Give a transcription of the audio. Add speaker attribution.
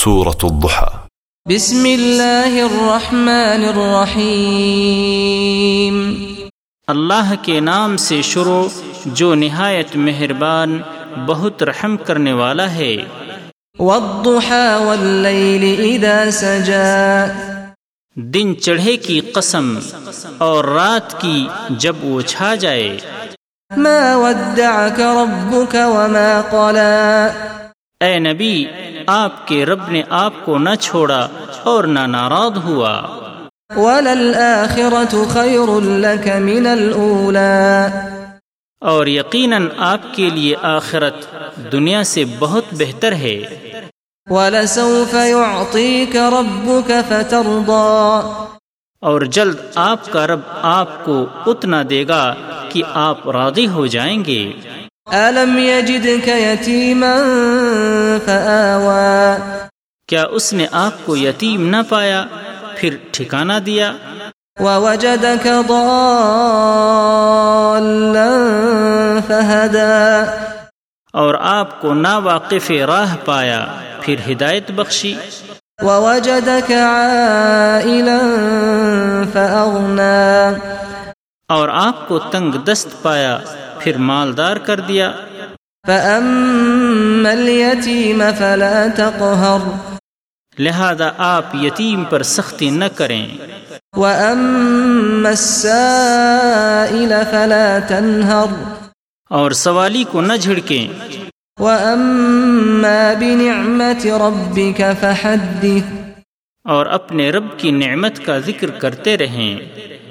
Speaker 1: سورة الضحى
Speaker 2: بسم اللہ الرحمن الرحیم
Speaker 3: اللہ کے نام سے شروع جو نہایت مہربان بہت رحم کرنے والا ہے
Speaker 2: والضحى والليل إذا سجى
Speaker 3: دن چڑھے کی قسم اور رات کی جب وہ چھا جائے
Speaker 2: ما ودعك ربك وما قلى
Speaker 3: اے نبی آپ کے رب نے آپ کو نہ چھوڑا اور نہ ناراض ہوا
Speaker 2: وللآخرة خير لك من الأولى
Speaker 3: اور یقیناً آپ کے لیے آخرت دنیا سے بہت بہتر ہے
Speaker 2: ولسوف يعطيك ربك فترضى
Speaker 3: اور جلد آپ کا رب آپ کو اتنا دے گا کہ آپ راضی ہو جائیں گے
Speaker 2: ألم يجدك يتيما فآوى
Speaker 3: کیا اس نے آپ کو یتیم نہ پایا پھر ٹھکانہ دیا
Speaker 2: ووجدك ضالا فهدى
Speaker 3: اور آپ کو ناواقف راہ پایا پھر ہدایت بخشی
Speaker 2: ووجدك عائلا فأغنى
Speaker 3: اور آپ کو تنگ دست پایا پھر مالدار کر دیا
Speaker 2: فأما اليتيم فلا تقهر
Speaker 3: لہذا آپ یتیم پر سختی نہ کریں
Speaker 2: وأما السائل فلا تنهر
Speaker 3: اور سوالی کو نہ جھڑکیں
Speaker 2: وأما بنعمة ربك فحدث
Speaker 3: اور اپنے رب کی نعمت کا ذکر کرتے رہیں